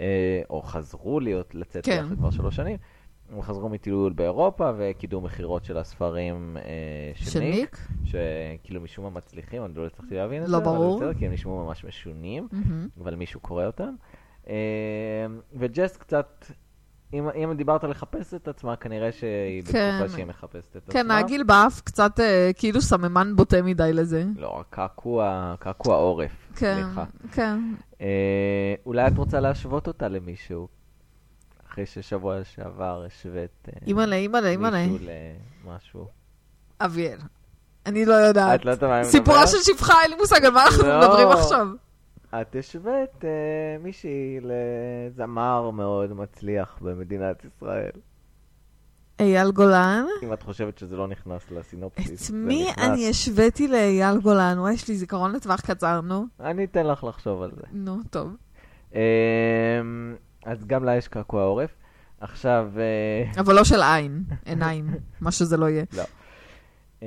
Speaker 2: אה, או חזרו להיות, לצאת
Speaker 3: כן.
Speaker 2: ביחד כבר שלוש שנים, הם חזרו מטיול באירופה וקידום מכירות של הספרים אה, של
Speaker 3: של
Speaker 2: ניק,
Speaker 3: ניק?
Speaker 2: שכאילו משום מה מצליחים, אני לא הצלחתי להבין את
Speaker 3: לא
Speaker 2: זה, אבל
Speaker 3: ברור.
Speaker 2: בסדר, כי הם נשמעו ממש משונים.
Speaker 3: מהמם.
Speaker 2: אבל מישהו קורא אותם. אה, וג'ס קצת, אם, אם דיברת על לחפש את עצמה, כנראה שהיא
Speaker 3: כן.
Speaker 2: בתקופה שהיא מחפשת את
Speaker 3: כן,
Speaker 2: עצמה.
Speaker 3: הגיל באף קצת אה, כאילו סממן בוטה מדי לזה.
Speaker 2: לא, קעקוע, קעקוע עורף,
Speaker 3: כן,
Speaker 2: סליחה.
Speaker 3: כן.
Speaker 2: אה, אולי את רוצה להשוות אותה למישהו, אחרי ששבוע שעבר השווית אה,
Speaker 3: אימא'לה, אימא'לה, אימא'לה.
Speaker 2: מישהו לא- למשהו.
Speaker 3: אביאל. אני לא יודעת.
Speaker 2: את לא יודעת מה אני
Speaker 3: סיפורה
Speaker 2: מדבר?
Speaker 3: של שפחה, אין לי מושג על מה אנחנו
Speaker 2: לא.
Speaker 3: מדברים עכשיו.
Speaker 2: את השווית אה, מישהי לזמר מאוד מצליח במדינת ישראל.
Speaker 3: אייל גולן?
Speaker 2: אם את חושבת שזה לא נכנס לסינופסיס,
Speaker 3: את
Speaker 2: זה
Speaker 3: מי
Speaker 2: נכנס.
Speaker 3: אני השוויתי לאייל גולן? וואי, יש לי זיכרון לטווח קצר, נו.
Speaker 2: אני אתן לך לחשוב על זה.
Speaker 3: נו, טוב.
Speaker 2: אמ, אז גם לה יש קעקוע עורף. עכשיו, אה,
Speaker 3: אבל לא של עין, עיניים, מה שזה לא יהיה.
Speaker 2: לא. אמ,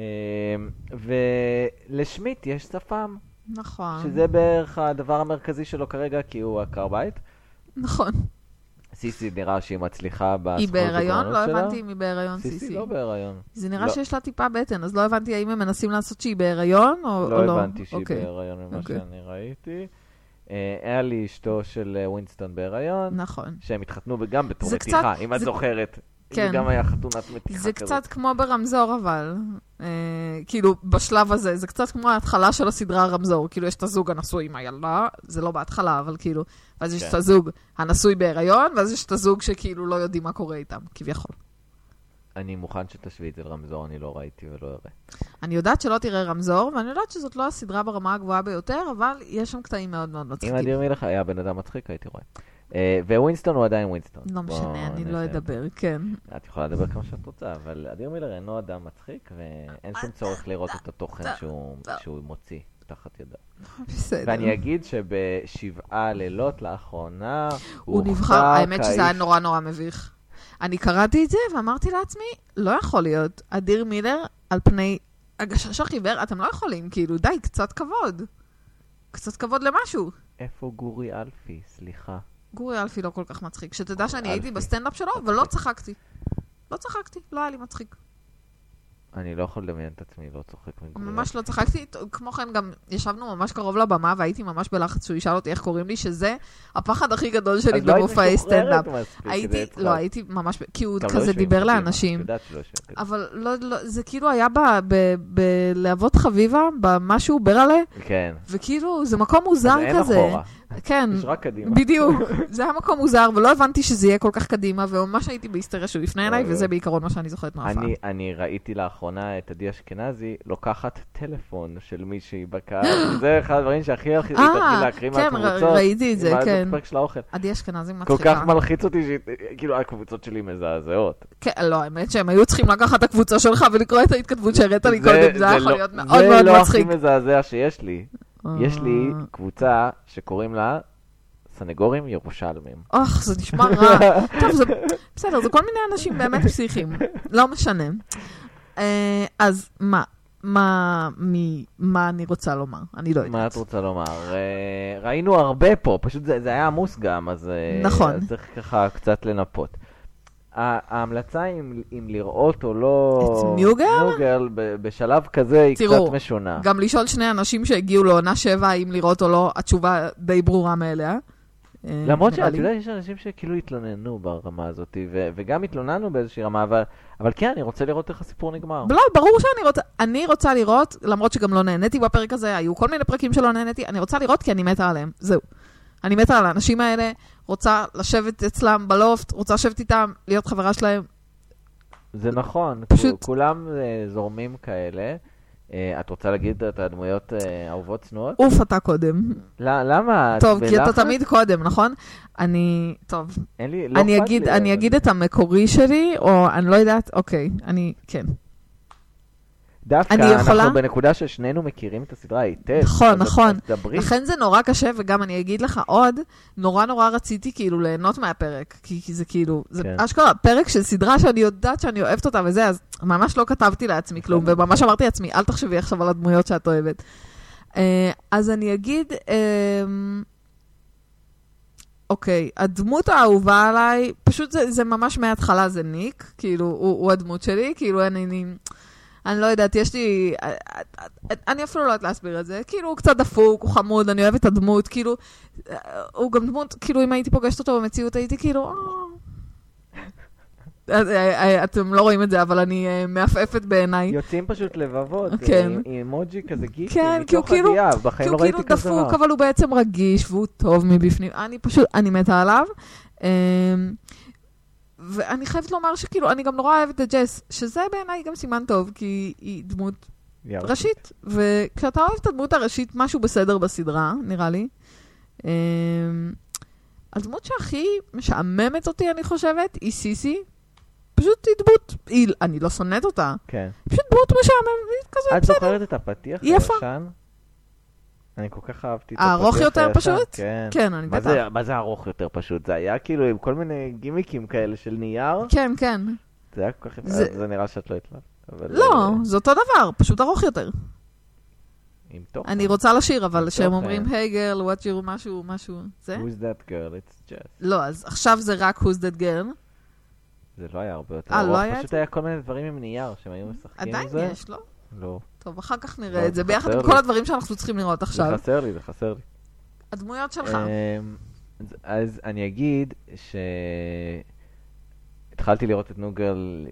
Speaker 2: ולשמיט יש שפם,
Speaker 3: נכון.
Speaker 2: שזה בערך הדבר המרכזי שלו כרגע, כי הוא עקר בית.
Speaker 3: נכון.
Speaker 2: אה, סיסי נראה שהיא מצליחה בזכות
Speaker 3: היא בהיריון? לא
Speaker 2: הגורלות שלה.
Speaker 3: הבנתי אם היא בהיריון, סיסי.
Speaker 2: סיסי לא בהיריון.
Speaker 3: זה נראה
Speaker 2: לא.
Speaker 3: שיש לה טיפה בטן, אז לא הבנתי האם הם מנסים לעשות שהיא בהיריון או או לא.
Speaker 2: לא הבנתי שהיא
Speaker 3: אוקיי.
Speaker 2: בהיריון ממה
Speaker 3: אוקיי.
Speaker 2: שאני ראיתי. אה, אלי, אשתו של אה, ווינסטון בהיריון.
Speaker 3: נכון.
Speaker 2: שהם התחתנו גם בתור
Speaker 3: זה
Speaker 2: מתיחה,
Speaker 3: קצת-
Speaker 2: אם את
Speaker 3: זה-
Speaker 2: זוכרת.
Speaker 3: כן.
Speaker 2: זה גם היה חתונת מתיחה
Speaker 3: זה
Speaker 2: כזאת.
Speaker 3: קצת כמו ברמזור, אבל. אה, כאילו, בשלב הזה, זה קצת כמו ההתחלה של הסדרה רמזור. כאילו, יש את הזוג הנשוי עם הילדה, זה לא בהתחלה, אבל כאילו, ואז יש
Speaker 2: כן.
Speaker 3: את הזוג הנשוי בהיריון, ואז יש את הזוג שכאילו לא יודעים מה קורה איתם, כביכול.
Speaker 2: אני מוכן שתשווי את זה לרמזור, אני לא ראיתי ולא אראה.
Speaker 3: אני יודעת שלא תראה רמזור, ואני יודעת שזאת לא הסדרה ברמה הגבוהה ביותר, אבל יש שם קטעים מאוד מאוד
Speaker 2: אם
Speaker 3: מצחיקים.
Speaker 2: אדיר מילך היה בן אדם מצחיק, הייתי רואה. אה, וווינסטון הוא עדיין ווינסטון.
Speaker 3: לא
Speaker 2: בוא
Speaker 3: משנה, אני לא
Speaker 2: נסיים.
Speaker 3: אדבר, כן.
Speaker 2: את יכולה לדבר כמה שאת רוצה, אבל אדיר מילר אינו אדם מצחיק, ואין שום
Speaker 3: אה,
Speaker 2: צורך לראות את התוכן שהוא- שהוא מוציא תחת ידיו.
Speaker 3: בסדר.
Speaker 2: ואני אגיד שבשבעה לילות לאחרונה,
Speaker 3: הוא נבחר,
Speaker 2: הוכתר
Speaker 3: האמת שזה היה
Speaker 2: כאיש-
Speaker 3: נורא נורא מביך. אני קראתי את זה ואמרתי לעצמי, לא יכול להיות, אדיר מילר על פני הגשש החיוור, אתם לא יכולים, כאילו, די, קצת כבוד. קצת כבוד למשהו.
Speaker 2: איפה גורי אלפי? סליחה.
Speaker 3: גורי אלפי לא כל כך מצחיק. שתדע שאני
Speaker 2: אלפי.
Speaker 3: הייתי בסטנדאפ שלו ולא צחקתי. לא צחקתי, לא היה לי מצחיק.
Speaker 2: אני לא יכול לדמיין את עצמי לא צוחק מגורי אלפי.
Speaker 3: ממש לא צחקתי. כמו כן, גם ישבנו ממש קרוב לבמה והייתי ממש בלחץ שהוא ישאל אותי איך קוראים לי, שזה הפחד הכי גדול שלי
Speaker 2: אז לא היית
Speaker 3: במופעי
Speaker 2: משוחררת
Speaker 3: סטנדאפ.
Speaker 2: מספיק כדי
Speaker 3: הייתי,
Speaker 2: לצחוק.
Speaker 3: לא, הייתי ממש, כי הוא
Speaker 2: גם לא
Speaker 3: כזה
Speaker 2: יושבים
Speaker 3: דיבר
Speaker 2: קדימה,
Speaker 3: לאנשים.
Speaker 2: את יודעת שלא יושבים קדימה.
Speaker 3: אבל לא, לא, זה כאילו היה ב- ב- בלהבות חביבה, במשהו, ברלה,
Speaker 2: כן.
Speaker 3: וכאילו, זה מקום מוזר
Speaker 2: אז אין
Speaker 3: כזה.
Speaker 2: אחורה,
Speaker 3: כן,
Speaker 2: יש רק קדימה.
Speaker 3: בדיוק. זה היה מקום מוזר, ולא הבנתי שזה יהיה כל כך קדימה, וממש הייתי בהיסטריה שהוא יפנה אליי,
Speaker 2: אוי,
Speaker 3: וזה
Speaker 2: אוי.
Speaker 3: בעיקרון מה שאני זוכרת מההופעה.
Speaker 2: לא, אני, אני ראיתי לאחרונה את עדי אשכנזי לוקחת טלפון של מישהי בקהל, זה אחד הדברים שהכי הכי
Speaker 3: אה,
Speaker 2: התחיל להקריא
Speaker 3: כן,
Speaker 2: מהקבוצות.
Speaker 3: ר- ראיתי את זה,
Speaker 2: עם
Speaker 3: כן.
Speaker 2: הפרק של האוכל.
Speaker 3: עדי אשכנזי
Speaker 2: כל
Speaker 3: מצחיקה.
Speaker 2: כך מלחיץ אותי, שהיא- כאילו הקבוצות שלי מזעזעות.
Speaker 3: כן, לא, האמת שהם היו צריכים לקחת את הקבוצה שלך ולקרוא את ההתכתבות שהראית לי
Speaker 2: זה-
Speaker 3: קודם, זה היה
Speaker 2: זה
Speaker 3: יכול
Speaker 2: לא-
Speaker 3: להיות מאוד מאוד
Speaker 2: זה
Speaker 3: מצחיק.
Speaker 2: לא הכי מזעזע שיש לי. יש לי
Speaker 3: אה.
Speaker 2: קבוצה שקוראים לה סנגורים ירושלמים.
Speaker 3: אוח, זה נשמע רע. טוב, זה בסדר, זה כל מיני אנשים באמת פסיכיים, לא משנה. אה, אז מה, מה, מי, מה אני רוצה לומר? אני לא
Speaker 2: מה
Speaker 3: יודעת.
Speaker 2: את רוצה לומר? אה, ראינו הרבה פה, פשוט זה, זה היה עמוס גם, אז, אה,
Speaker 3: נכון.
Speaker 2: אז צריך ככה קצת לנפות. ה- ההמלצה אם, אם לראות או לא...
Speaker 3: את New Girl?
Speaker 2: ניוגל בשלב כזה היא
Speaker 3: תראו,
Speaker 2: קצת משונה.
Speaker 3: גם לשאול שני אנשים שהגיעו לעונה שבע אם לראות או לא, התשובה די ברורה מאליה. אה,
Speaker 2: למרות
Speaker 3: נראה
Speaker 2: שאת
Speaker 3: לי.
Speaker 2: יודעת, יש אנשים שכאילו התלוננו ברמה הזאת, ו- וגם התלוננו באיזושהי רמה, אבל, אבל כן, אני רוצה לראות איך הסיפור נגמר.
Speaker 3: לא, ברור שאני רוצה, אני רוצה לראות, למרות שגם לא נהניתי בפרק הזה, היו כל מיני פרקים שלא נהניתי, אני רוצה לראות כי אני מתה עליהם, זהו. אני מתה על האנשים האלה, רוצה לשבת אצלם בלופט, רוצה לשבת איתם, להיות חברה שלהם,
Speaker 2: זה נכון,
Speaker 3: פשוט-
Speaker 2: פשוט... כולם אה, זורמים כאלה. אה, את רוצה להגיד את הדמויות אה, אהובות צנועות?
Speaker 3: עוף אתה קודם.
Speaker 2: ל- למה? את
Speaker 3: טוב, כי אתה
Speaker 2: בלחץ?
Speaker 3: תמיד קודם, נכון? אני, טוב,
Speaker 2: אין לי, לא
Speaker 3: אני
Speaker 2: אכפת
Speaker 3: אגיד,
Speaker 2: לי, אבל-
Speaker 3: אני אגיד את המקורי שלי, או אני לא יודעת, אוקיי, אני, כן.
Speaker 2: דווקא
Speaker 3: אני יכולה?
Speaker 2: אנחנו בנקודה ששנינו מכירים את הסדרה היטב.
Speaker 3: נכון,
Speaker 2: אז-
Speaker 3: נכון.
Speaker 2: אז דברי.
Speaker 3: לכן זה נורא קשה, וגם אני אגיד לך עוד, נורא נורא רציתי כאילו ליהנות מהפרק, כי, כי זה כאילו, זה
Speaker 2: כן.
Speaker 3: אשכרה פרק של סדרה שאני יודעת שאני אוהבת אותה וזה, אז ממש לא כתבתי לעצמי כלום, וממש אמרתי לעצמי, אל תחשבי עכשיו על הדמויות שאת אוהבת. אה, אז אני אגיד, אמ, אוקיי, הדמות האהובה עליי, פשוט זה, זה ממש מההתחלה זה ניק, כאילו, הוא, הוא הדמות שלי, כאילו, אני, אני, אני לא יודעת, יש לי, אני אפילו לא יודעת להסביר את זה, כאילו, הוא קצת דפוק, הוא חמוד, אני אוהבת את הדמות, כאילו, אה, הוא גם דמות, כאילו, אם הייתי פוגשת אותו במציאות, הייתי כאילו, "אה". אז, אה, אה, אתם לא רואים את זה, אבל אני אה, מעפעפת בעיניי.
Speaker 2: יוצאים פשוט לבבות,
Speaker 3: כן.
Speaker 2: עם- עם אמוג'י כזה גיפי,
Speaker 3: כן, כי הוא
Speaker 2: מתוך
Speaker 3: כאילו-
Speaker 2: עדייה,
Speaker 3: כי
Speaker 2: בחיים לא
Speaker 3: הוא כאילו
Speaker 2: ראיתי כזה
Speaker 3: דפוק,
Speaker 2: דבר.
Speaker 3: אבל הוא בעצם רגיש, והוא טוב מבפנים. אני פשוט, אני מתה עליו. אמ, ואני חייבת לומר שכאילו, אני גם נורא אוהבת את ג'ס, שזה בעיניי גם סימן טוב, כי היא דמות
Speaker 2: יאללה.
Speaker 3: ראשית. וכשאתה אוהב את הדמות הראשית, משהו בסדר בסדרה, נראה לי. אמ, הדמות שהכי משעממת אותי, אני חושבת, היא סיסי. פשוט היא דמות, היא- אני לא שונאת אותה,
Speaker 2: כן.
Speaker 3: פשוט דמות משעממת כזה,
Speaker 2: את זוכרת את הפתיח
Speaker 3: היא יפה.
Speaker 2: הישן? אני כל כך אהבתי את הפתיח
Speaker 3: הארוך יותר
Speaker 2: הישן,
Speaker 3: פשוט?
Speaker 2: כן.
Speaker 3: כן, אני
Speaker 2: מה
Speaker 3: בטח.
Speaker 2: זה- מה זה ארוך יותר פשוט? זה היה כאילו עם כל מיני גימיקים כאלה של נייר?
Speaker 3: כן, כן.
Speaker 2: זה היה כל כך יפה,
Speaker 3: זה-
Speaker 2: זה נראה שאת לא התלהבת. אבל,
Speaker 3: לא,
Speaker 2: אה,
Speaker 3: זה אותו דבר, פשוט ארוך יותר.
Speaker 2: עם תוכן.
Speaker 3: אני רוצה לשיר, אבל
Speaker 2: טוב,
Speaker 3: כשהם אומרים,
Speaker 2: אה.
Speaker 3: היי גרל, what you, משהו, משהו, זה?
Speaker 2: Who's that girl? It's just.
Speaker 3: לא, אז עכשיו זה רק who's that girl.
Speaker 2: זה לא היה הרבה יותר
Speaker 3: אה,
Speaker 2: ארוך.
Speaker 3: לא היה את
Speaker 2: פשוט
Speaker 3: זה?
Speaker 2: היה כל מיני דברים עם נייר שהם היו משחקים עם
Speaker 3: עדיין
Speaker 2: כן, זה.
Speaker 3: יש, לא?
Speaker 2: לא.
Speaker 3: טוב, אחר כך
Speaker 2: לא,
Speaker 3: נראה את
Speaker 2: זה
Speaker 3: זה, ביחד
Speaker 2: חסר
Speaker 3: עם
Speaker 2: לי.
Speaker 3: כל הדברים שאנחנו צריכים לראות
Speaker 2: זה
Speaker 3: עכשיו.
Speaker 2: חסר לי, זה חסר לי.
Speaker 3: הדמויות שלך.
Speaker 2: אמ, אז- אז אני אגיד ש... התחלתי לראות את נוגל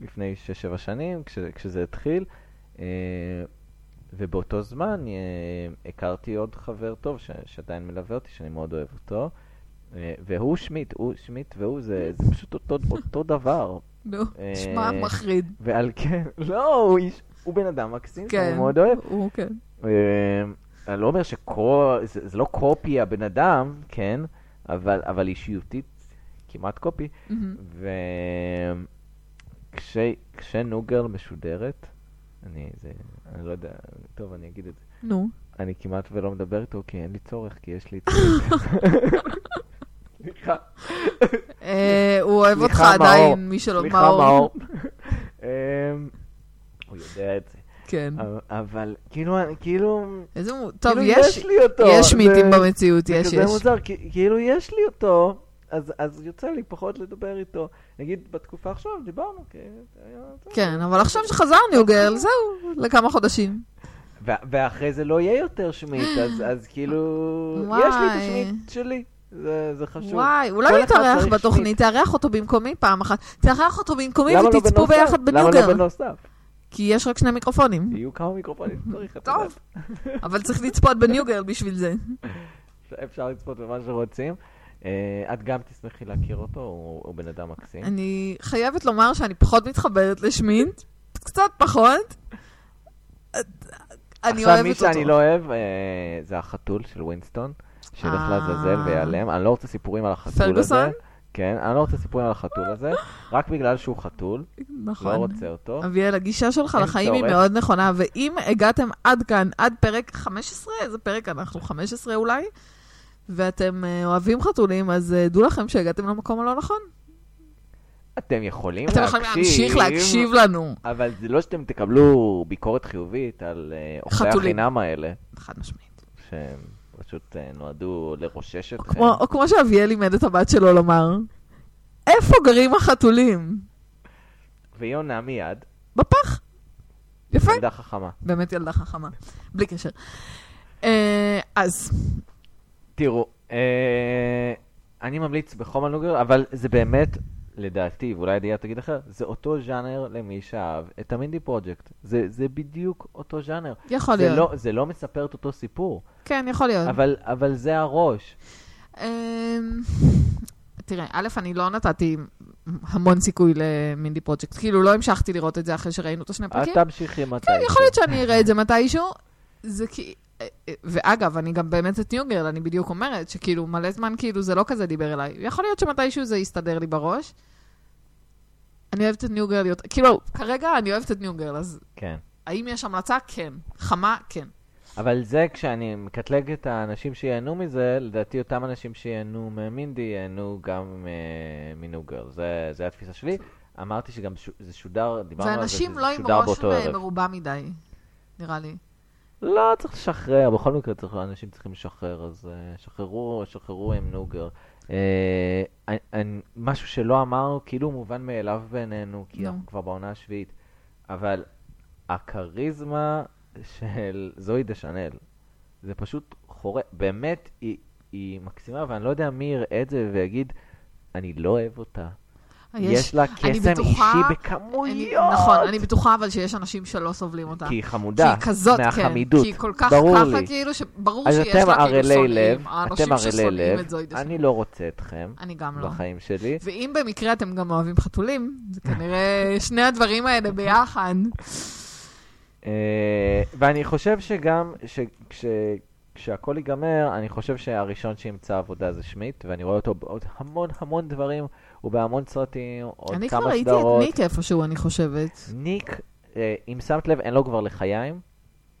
Speaker 2: לפני 6-7 שנים, כש, כשזה התחיל, אה, ובאותו זמן אה, הכרתי עוד חבר טוב ש, שעדיין מלווה אותי, שאני מאוד אוהב אותו, אה, והוא שמיט, הוא שמיט והוא, זה, זה פשוט אותו, אותו דבר,
Speaker 3: נו,
Speaker 2: אה,
Speaker 3: שמע מחריד.
Speaker 2: ועל כן, לא, הוא, איש, הוא בן אדם מקסים,
Speaker 3: כן.
Speaker 2: שאני מאוד אוהב.
Speaker 3: הוא, כן.
Speaker 2: אמ, אני לא אומר שכל, זה, זה לא קופי הבן אדם, כן, אבל, אבל אישיותית כמעט קופי.
Speaker 3: מהמם.
Speaker 2: וכשנוגרל משודרת, אני, זה, אני לא יודע, טוב, אני אגיד את זה.
Speaker 3: נו.
Speaker 2: אני כמעט ולא מדבר איתו, כי אין לי צורך, כי יש לי... צורך. סליחה.
Speaker 3: אה, הוא אוהב אותך
Speaker 2: סליחה, מאור.
Speaker 3: עדיין, מי שלא...
Speaker 2: סליחה, מאור. אמ, הוא יודע את זה.
Speaker 3: כן.
Speaker 2: אבל כאילו, כאילו,
Speaker 3: איזה מו... טוב,
Speaker 2: אה. כאילו
Speaker 3: יש...
Speaker 2: לי אותו.
Speaker 3: יש
Speaker 2: זה-
Speaker 3: מיטים במציאות, יש,
Speaker 2: זה כזה
Speaker 3: יש.
Speaker 2: מוזר, כי- כאילו יש לי אותו, אז, אז יוצא לי פחות לדבר איתו. נגיד, בתקופה עכשיו דיברנו, כי היה...
Speaker 3: כן, אבל עכשיו שחזר ניו גרל, זהו, לכמה חודשים.
Speaker 2: ו- ואחרי זה לא יהיה יותר שמיט, אז, אז כאילו...
Speaker 3: וואי.
Speaker 2: יש לי את השמיט שלי, זה, זה חשוב.
Speaker 3: וואי, אולי
Speaker 2: כל
Speaker 3: הוא
Speaker 2: אחד
Speaker 3: יתארח
Speaker 2: צריך
Speaker 3: בתוכנית,
Speaker 2: שמיט.
Speaker 3: תארח אותו במקומי פעם אחת. תארח אותו במקומי
Speaker 2: למה לא
Speaker 3: ותצפו
Speaker 2: בנוסף?
Speaker 3: ביחד
Speaker 2: למה
Speaker 3: בניוגר.
Speaker 2: לא בנוסף?
Speaker 3: כי יש רק שני מיקרופונים.
Speaker 2: יהיו כמה מיקרופונים צריך. את
Speaker 3: טוב, אבל צריך לצפות בניוגר בשביל זה.
Speaker 2: יודעת. אפשר לצפות במה שרוצים. אה, את גם תשמחי להכיר אותו, הוא, הוא בן אדם מקסים.
Speaker 3: אני חייבת לומר שאני פחות מתחברת לשמינט, קצת פחות. אני
Speaker 2: עכשיו, מי
Speaker 3: אוהבת
Speaker 2: שאני
Speaker 3: אותו.
Speaker 2: לא אוהב אה, זה החתול של ווינסטון, שילך
Speaker 3: אה.
Speaker 2: לעזאזל וייעלם. אני לא רוצה סיפורים על החתול
Speaker 3: פרגוסון?
Speaker 2: הזה. כן, אני לא רוצה סיפורים על החתול הזה, רק בגלל שהוא חתול, לא
Speaker 3: נכון.
Speaker 2: רוצה אותו.
Speaker 3: אביאל, הגישה שלך
Speaker 2: אין
Speaker 3: לחיים היא
Speaker 2: צורך.
Speaker 3: מאוד נכונה, ואם הגעתם עד כאן, עד פרק 15, איזה פרק אנחנו? 15 אולי? ואתם אה, אוהבים חתולים, אז אה, דעו לכם שהגעתם למקום הלא נכון.
Speaker 2: אתם יכולים
Speaker 3: אתם יכולים להמשיך להקשיב לנו.
Speaker 2: אבל זה לא שאתם תקבלו ביקורת חיובית על אה, אוכלי
Speaker 3: חתולים.
Speaker 2: החינם האלה,
Speaker 3: חד משמעית.
Speaker 2: שהם פשוט אה, נועדו לרושש
Speaker 3: או
Speaker 2: אתכם.
Speaker 3: כמו, או כמו שאביאל לימד את הבת שלו לומר, איפה גרים החתולים?
Speaker 2: והיא עונה מיד,
Speaker 3: בפח. יפה.
Speaker 2: ילדה חכמה.
Speaker 3: באמת ילדה חכמה. בלי קשר. אה, אז,
Speaker 2: תראו, אה, אני ממליץ בחום על נוגר, אבל זה באמת, לדעתי, ואולי דיה תגיד אחר, זה אותו ז'אנר למי שאהב את המינדי פרוג'קט. זה, זה בדיוק אותו ז'אנר.
Speaker 3: יכול
Speaker 2: זה
Speaker 3: להיות.
Speaker 2: לא, זה לא מספר את אותו סיפור,
Speaker 3: כן, יכול להיות.
Speaker 2: אבל, אבל זה הראש.
Speaker 3: אמ, תראה, א', אני לא נתתי המון סיכוי למינדי פרוג'קט. כאילו, לא המשכתי לראות את זה אחרי שראינו את השני
Speaker 2: את
Speaker 3: פרקים.
Speaker 2: תמשיכי מתי.
Speaker 3: אוקיי. כן, יכול להיות שאני אראה את זה מתישהו. זה כי... אה, אה, ואגב, אני גם באמת את ניוגרל, אני בדיוק אומרת שכאילו מלא זמן כאילו זה לא כזה דיבר אליי. יכול להיות שמתישהו זה יסתדר לי בראש. אני אוהבת את ניוגרל יותר, כאילו, כרגע אני אוהבת את ניוגרל, אז
Speaker 2: כן.
Speaker 3: האם יש המלצה? כן. חמה? כן.
Speaker 2: אבל זה, כשאני מקטלג את האנשים שיהנו מזה, לדעתי אותם אנשים שיהנו ממינדי ייהנו גם אה, מניו גרל. זה, זה התפיסה שלי. אמרתי שגם ש... זה שודר, דיברנו על זה, שזה
Speaker 3: ואנשים לא עם
Speaker 2: שודר
Speaker 3: ראש
Speaker 2: באותו
Speaker 3: מ-
Speaker 2: ערב.
Speaker 3: מרובע מדי, נראה לי.
Speaker 2: לא, צריך לשחרר, בכל מקרה צריך, אנשים צריכים לשחרר, אז אה, שחררו, שחררו עם נוגר. אה, אני- אני- משהו שלא אמרנו, כאילו מובן מאליו בעינינו, כי
Speaker 3: נו.
Speaker 2: אנחנו כבר בעונה השביעית, אבל הכריזמה של זוהי דה שאנל, זה פשוט חורה, באמת היא, היא מקסימה, ואני לא יודע מי יראה את זה ויגיד, אני לא אוהב אותה. יש, לה
Speaker 3: אה, אני
Speaker 2: קסם
Speaker 3: בטוחה-
Speaker 2: אישי
Speaker 3: אני-
Speaker 2: בכמויות.
Speaker 3: נכון, אני בטוחה אבל שיש אנשים שלא סובלים אותה.
Speaker 2: כי היא
Speaker 3: כי
Speaker 2: חמודה,
Speaker 3: היא כזאת, כן.
Speaker 2: מהחמידות,
Speaker 3: כי היא כל כך
Speaker 2: ברור
Speaker 3: ככה,
Speaker 2: לי.
Speaker 3: כאילו, שברור
Speaker 2: אז
Speaker 3: שיש
Speaker 2: אתם
Speaker 3: לה כאילו
Speaker 2: ערלי
Speaker 3: שונאים.
Speaker 2: לב,
Speaker 3: האנשים
Speaker 2: אתם ערלי
Speaker 3: ששונאים
Speaker 2: לב,
Speaker 3: את זוהי דשן.
Speaker 2: אני לא רוצה אתכם
Speaker 3: אני גם לא.
Speaker 2: בחיים שלי.
Speaker 3: ואם במקרה אתם גם אוהבים חתולים, זה כנראה שני הדברים האלה ביחד.
Speaker 2: אה, ואני חושב שגם, ש- כש- כשהכול ייגמר, אני חושב שהראשון שימצא עבודה זה שמיט, ואני רואה אותו בעוד המון המון דברים, הוא בהמון סרטים, עוד
Speaker 3: אני כבר
Speaker 2: כמה
Speaker 3: ראיתי את
Speaker 2: סדרות.
Speaker 3: ניק איפשהו, אני חושבת.
Speaker 2: ניק, אה, אם שמת לב, אין לו כבר לחיים?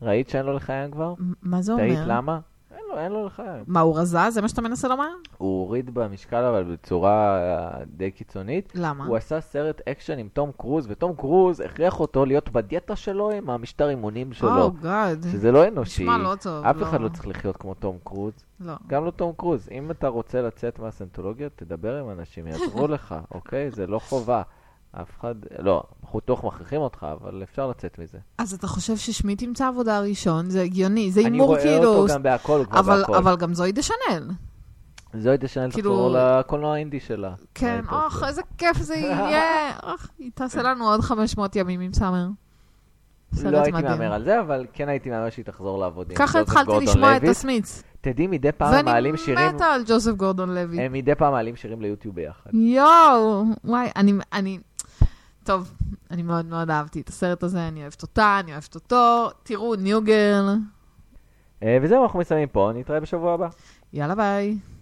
Speaker 2: ראית שאין לו לחיים כבר?
Speaker 3: מ- מה זה
Speaker 2: תהית
Speaker 3: אומר?
Speaker 2: למה? אין לו, אין לו לחיים.
Speaker 3: מה, הוא רזה? זה מה שאתה מנסה לומר?
Speaker 2: הוא הוריד במשקל אבל בצורה אה, די קיצונית.
Speaker 3: למה?
Speaker 2: הוא עשה סרט אקשן עם תום קרוז, ותום קרוז הכריח אותו להיות בדיאטה שלו עם המשטר אימונים
Speaker 3: Oh,
Speaker 2: שלו.
Speaker 3: גאד.
Speaker 2: שזה לא אנושי.
Speaker 3: נשמע לא טוב.
Speaker 2: אף אחד לא צריך לחיות כמו תום קרוז,
Speaker 3: לא.
Speaker 2: גם לא תום קרוז. אם אתה רוצה לצאת מהסנטולוגיה, תדבר עם אנשים, יעזרו לך, אוקיי? זה לא חובה. אף אחד, לא, בטוח מכריחים אותך, אבל אפשר לצאת מזה.
Speaker 3: אז אתה חושב ששמי תמצא עבודה ראשון? זה הגיוני, זה
Speaker 2: אני
Speaker 3: הימור
Speaker 2: רואה
Speaker 3: כאילו.
Speaker 2: אותו גם בהכל, הוא כבר
Speaker 3: אבל,
Speaker 2: בהכל.
Speaker 3: אבל גם זוהי דה שאנל.
Speaker 2: זוהי דשנל
Speaker 3: כאילו-
Speaker 2: תחזור לקולנוע האינדי שלה.
Speaker 3: כן,
Speaker 2: היית
Speaker 3: אוח,
Speaker 2: עושה.
Speaker 3: איזה כיף זה יהיה. אוח, היא תעשה לנו עוד 500 ימים עם סאמר.
Speaker 2: לא
Speaker 3: סרט
Speaker 2: הייתי
Speaker 3: מדהים.
Speaker 2: מהמר על זה, אבל כן הייתי מהמר שהיא תחזור לעבוד עם
Speaker 3: ככה
Speaker 2: ג'וזף
Speaker 3: התחלתי
Speaker 2: גורדון
Speaker 3: לשמוע את
Speaker 2: לויט.
Speaker 3: הסמיץ.
Speaker 2: תדעי, מדי פעם
Speaker 3: ואני
Speaker 2: מעלים שירים,
Speaker 3: מתה על ג'וזף גורדון לוי.
Speaker 2: הם מדי פעם מעלים שירים ליוטיוב ביחד.
Speaker 3: יואו, וואי, אני, אני, טוב, אני מאוד מאוד אהבתי את הסרט הזה, אני אוהבת אותה, אני אוהבת אותו. תראו, ניו גרל,
Speaker 2: אה, וזהו, אנחנו מסיימים פה, נתראה בשבוע הבא.
Speaker 3: יאללה ביי.